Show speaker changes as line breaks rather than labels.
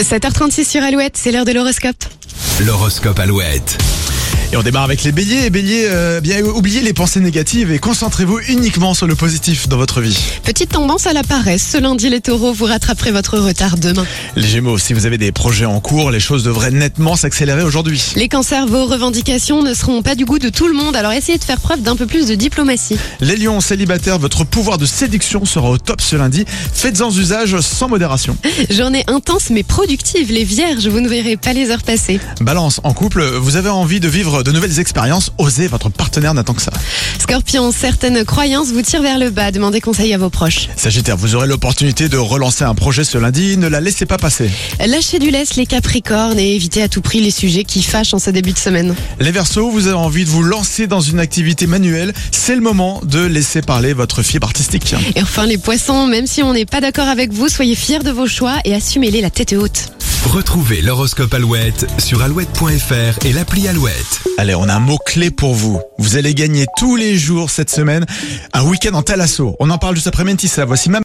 7h36 sur Alouette, c'est l'heure de l'horoscope.
L'horoscope Alouette.
Et on démarre avec les béliers. Béliers, euh, bien oubliez les pensées négatives et concentrez-vous uniquement sur le positif dans votre vie.
Petite tendance à la paresse, ce lundi les taureaux, vous rattraperez votre retard demain.
Les gémeaux, si vous avez des projets en cours, les choses devraient nettement s'accélérer aujourd'hui.
Les cancers, vos revendications ne seront pas du goût de tout le monde, alors essayez de faire preuve d'un peu plus de diplomatie.
Les lions célibataires, votre pouvoir de séduction sera au top ce lundi. Faites-en usage sans modération.
Journée intense mais productive, les vierges, vous ne verrez pas les heures passer.
Balance, en couple, vous avez envie de vivre de nouvelles expériences, osez, votre partenaire n'attend que ça.
Scorpion, certaines croyances vous tirent vers le bas, demandez conseil à vos proches.
Sagittaire, vous aurez l'opportunité de relancer un projet ce lundi, ne la laissez pas passer.
Lâchez du lest les capricornes et évitez à tout prix les sujets qui fâchent en ce début de semaine.
Les Verseaux, vous avez envie de vous lancer dans une activité manuelle, c'est le moment de laisser parler votre fibre artistique.
Et enfin les poissons, même si on n'est pas d'accord avec vous, soyez fiers de vos choix et assumez-les la tête haute.
Retrouvez l'horoscope Alouette sur alouette.fr et l'appli Alouette.
Allez, on a un mot-clé pour vous. Vous allez gagner tous les jours cette semaine un week-end en Talasso. On en parle juste après Mentissa. Voici ma